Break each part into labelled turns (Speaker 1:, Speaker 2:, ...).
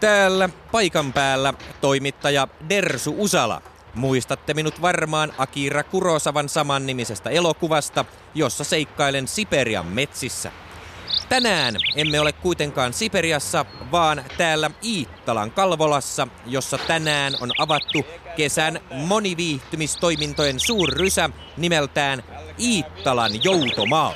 Speaker 1: Täällä paikan päällä toimittaja Dersu Usala. Muistatte minut varmaan Akira Kurosavan samannimisestä elokuvasta, jossa seikkailen Siperian metsissä. Tänään emme ole kuitenkaan Siperiassa, vaan täällä Iittalan Kalvolassa, jossa tänään on avattu kesän moniviihtymistoimintojen suurrysä nimeltään Iittalan joutomaa.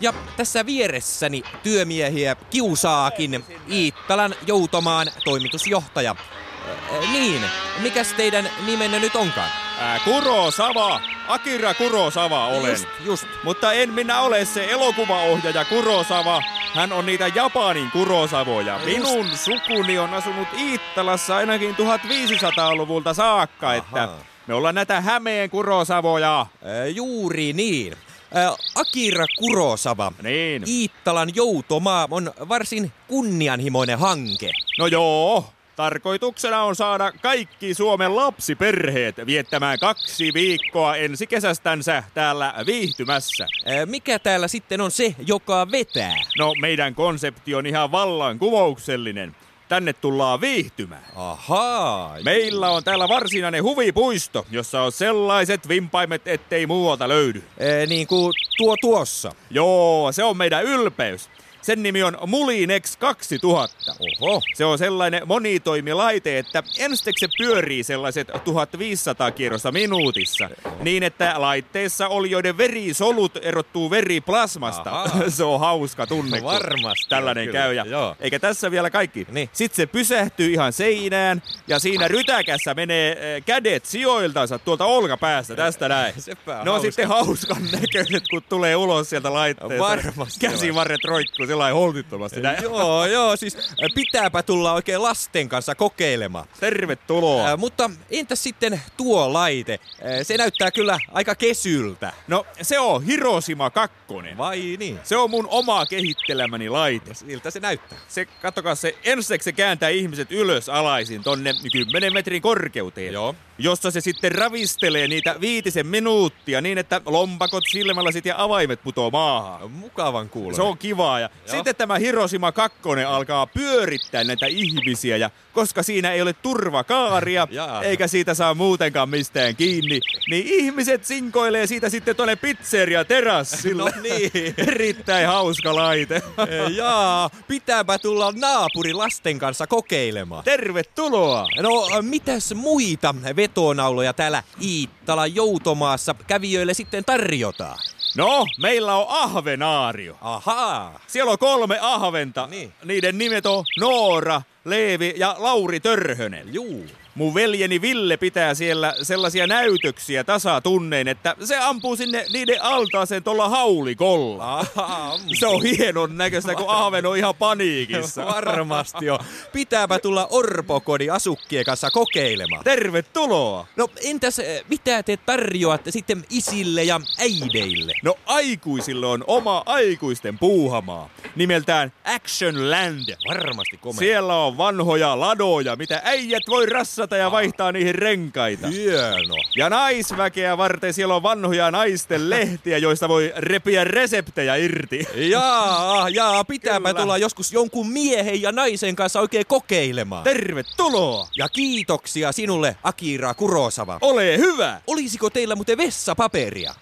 Speaker 1: Ja tässä vieressäni työmiehiä kiusaakin Iittalan joutomaan toimitusjohtaja. Äh, Niin, mikäs teidän nimenne nyt onkaan?
Speaker 2: Ää, Kurosava! Akira Kurosava olen.
Speaker 1: Just, just.
Speaker 2: Mutta en minä ole se elokuvaohjaaja Kurosava. Hän on niitä Japanin Kurosavoja. Minun sukuni on asunut Iittalassa ainakin 1500-luvulta saakka, että
Speaker 1: Ahaa.
Speaker 2: me ollaan näitä Hämeen Kurosavoja.
Speaker 1: Äh, Juuri niin. Äh, Akira Kurosava.
Speaker 2: Niin.
Speaker 1: Iittalan joutomaa on varsin kunnianhimoinen hanke.
Speaker 2: No joo. Tarkoituksena on saada kaikki Suomen lapsiperheet viettämään kaksi viikkoa ensi kesästänsä täällä viihtymässä.
Speaker 1: Äh, Mikä täällä sitten on se, joka vetää?
Speaker 2: No, meidän konsepti on ihan vallankumouksellinen. Tänne tullaan viihtymään.
Speaker 1: Ahaa.
Speaker 2: Meillä on täällä varsinainen huvipuisto, jossa on sellaiset vimpaimet, ettei muualta löydy.
Speaker 1: Äh, Niin kuin tuo tuossa.
Speaker 2: Joo, se on meidän ylpeys. Sen nimi on Mulinex 2000.
Speaker 1: Oho.
Speaker 2: Se on sellainen monitoimilaite, että ensiksi se pyörii sellaiset 1500 kierrosta minuutissa. Niin, että laitteessa olijoiden verisolut erottuu veriplasmasta.
Speaker 1: Ahaa.
Speaker 2: se on hauska tunne. kun
Speaker 1: Varmasti
Speaker 2: Tällainen
Speaker 1: on kyllä,
Speaker 2: käy. Ja,
Speaker 1: joo.
Speaker 2: eikä tässä vielä kaikki.
Speaker 1: Niin.
Speaker 2: Sitten se pysähtyy ihan seinään ja siinä rytäkässä menee eh, kädet sijoiltansa tuolta olkapäästä tästä näin.
Speaker 1: Sepä on
Speaker 2: ne on
Speaker 1: hauska.
Speaker 2: sitten hauskan näköiset, kun tulee ulos sieltä laitteesta.
Speaker 1: Varmasti on.
Speaker 2: Käsivarret roikkuu sillä holtittomasti näin.
Speaker 1: Joo, joo, siis äh, pitääpä tulla oikein lasten kanssa kokeilemaan.
Speaker 2: Tervetuloa.
Speaker 1: Äh, mutta entäs sitten tuo laite? Äh, se näyttää kyllä aika kesyltä.
Speaker 2: No, se on Hiroshima 2.
Speaker 1: Vai niin?
Speaker 2: Se on mun oma kehittelemäni laite.
Speaker 1: Siltä se näyttää.
Speaker 2: Se, kattokaa se, ensiksi se kääntää ihmiset ylös alaisin tonne 10 metrin korkeuteen.
Speaker 1: Joo.
Speaker 2: Jossa se sitten ravistelee niitä viitisen minuuttia niin, että lompakot silmälläsit ja avaimet putoo maahan.
Speaker 1: Ah, Mukavan kuulonen.
Speaker 2: Se on kivaa. Ja
Speaker 1: Joo.
Speaker 2: sitten tämä Hiroshima 2 alkaa pyörittää näitä ihmisiä. Ja koska siinä ei ole turvakaaria,
Speaker 1: Jaa.
Speaker 2: eikä siitä saa muutenkaan mistään kiinni, niin ihmiset sinkoilee siitä sitten tuonne pizzeria terassille.
Speaker 1: No niin.
Speaker 2: Erittäin hauska laite.
Speaker 1: Ei, Äh, Jaa, pitääpä tulla naapuri lasten kanssa kokeilemaan.
Speaker 2: Tervetuloa.
Speaker 1: No, mitäs muita vetonauloja täällä Iittalan joutomaassa kävijöille sitten tarjotaan?
Speaker 2: No, meillä on ahvenaario.
Speaker 1: Ahaa.
Speaker 2: Siellä on kolme ahventa.
Speaker 1: Niin.
Speaker 2: Niiden nimet on Noora, Leevi ja Lauri Törhönen.
Speaker 1: Juu.
Speaker 2: Mun veljeni Ville pitää siellä sellaisia näytöksiä tasatunnein, että se ampuu sinne niiden altaaseen tuolla haulikolla.
Speaker 1: Ahaa.
Speaker 2: Se on hienon näköistä, kun Ahven on ihan paniikissa.
Speaker 1: Varmasti on. Pitääpä tulla Orpokodi asukkien kanssa kokeilemaan.
Speaker 2: Tervetuloa!
Speaker 1: No entäs eh, mitä te tarjoatte sitten isille ja äideille?
Speaker 2: No aikuisille on oma aikuisten puuhamaa, nimeltään Action Land.
Speaker 1: Varmasti komea.
Speaker 2: Siellä on vanhoja ladoja, mitä äijät voi rassata ja vaihtaa niihin renkaita.
Speaker 1: Hieno.
Speaker 2: Ja naisväkeä varten siellä on vanhoja naisten lehtiä, joista voi repiä reseptejä irti.
Speaker 1: Jaa, jaa, pitääpä
Speaker 2: Kyllä.
Speaker 1: tulla joskus jonkun miehen ja naisen kanssa oikein kokeilemaan.
Speaker 2: Tervetuloa!
Speaker 1: Ja kiitoksia sinulle, Akira Kurosava.
Speaker 2: Ole hyvä!
Speaker 1: Olisiko teillä muuten vessapaperia?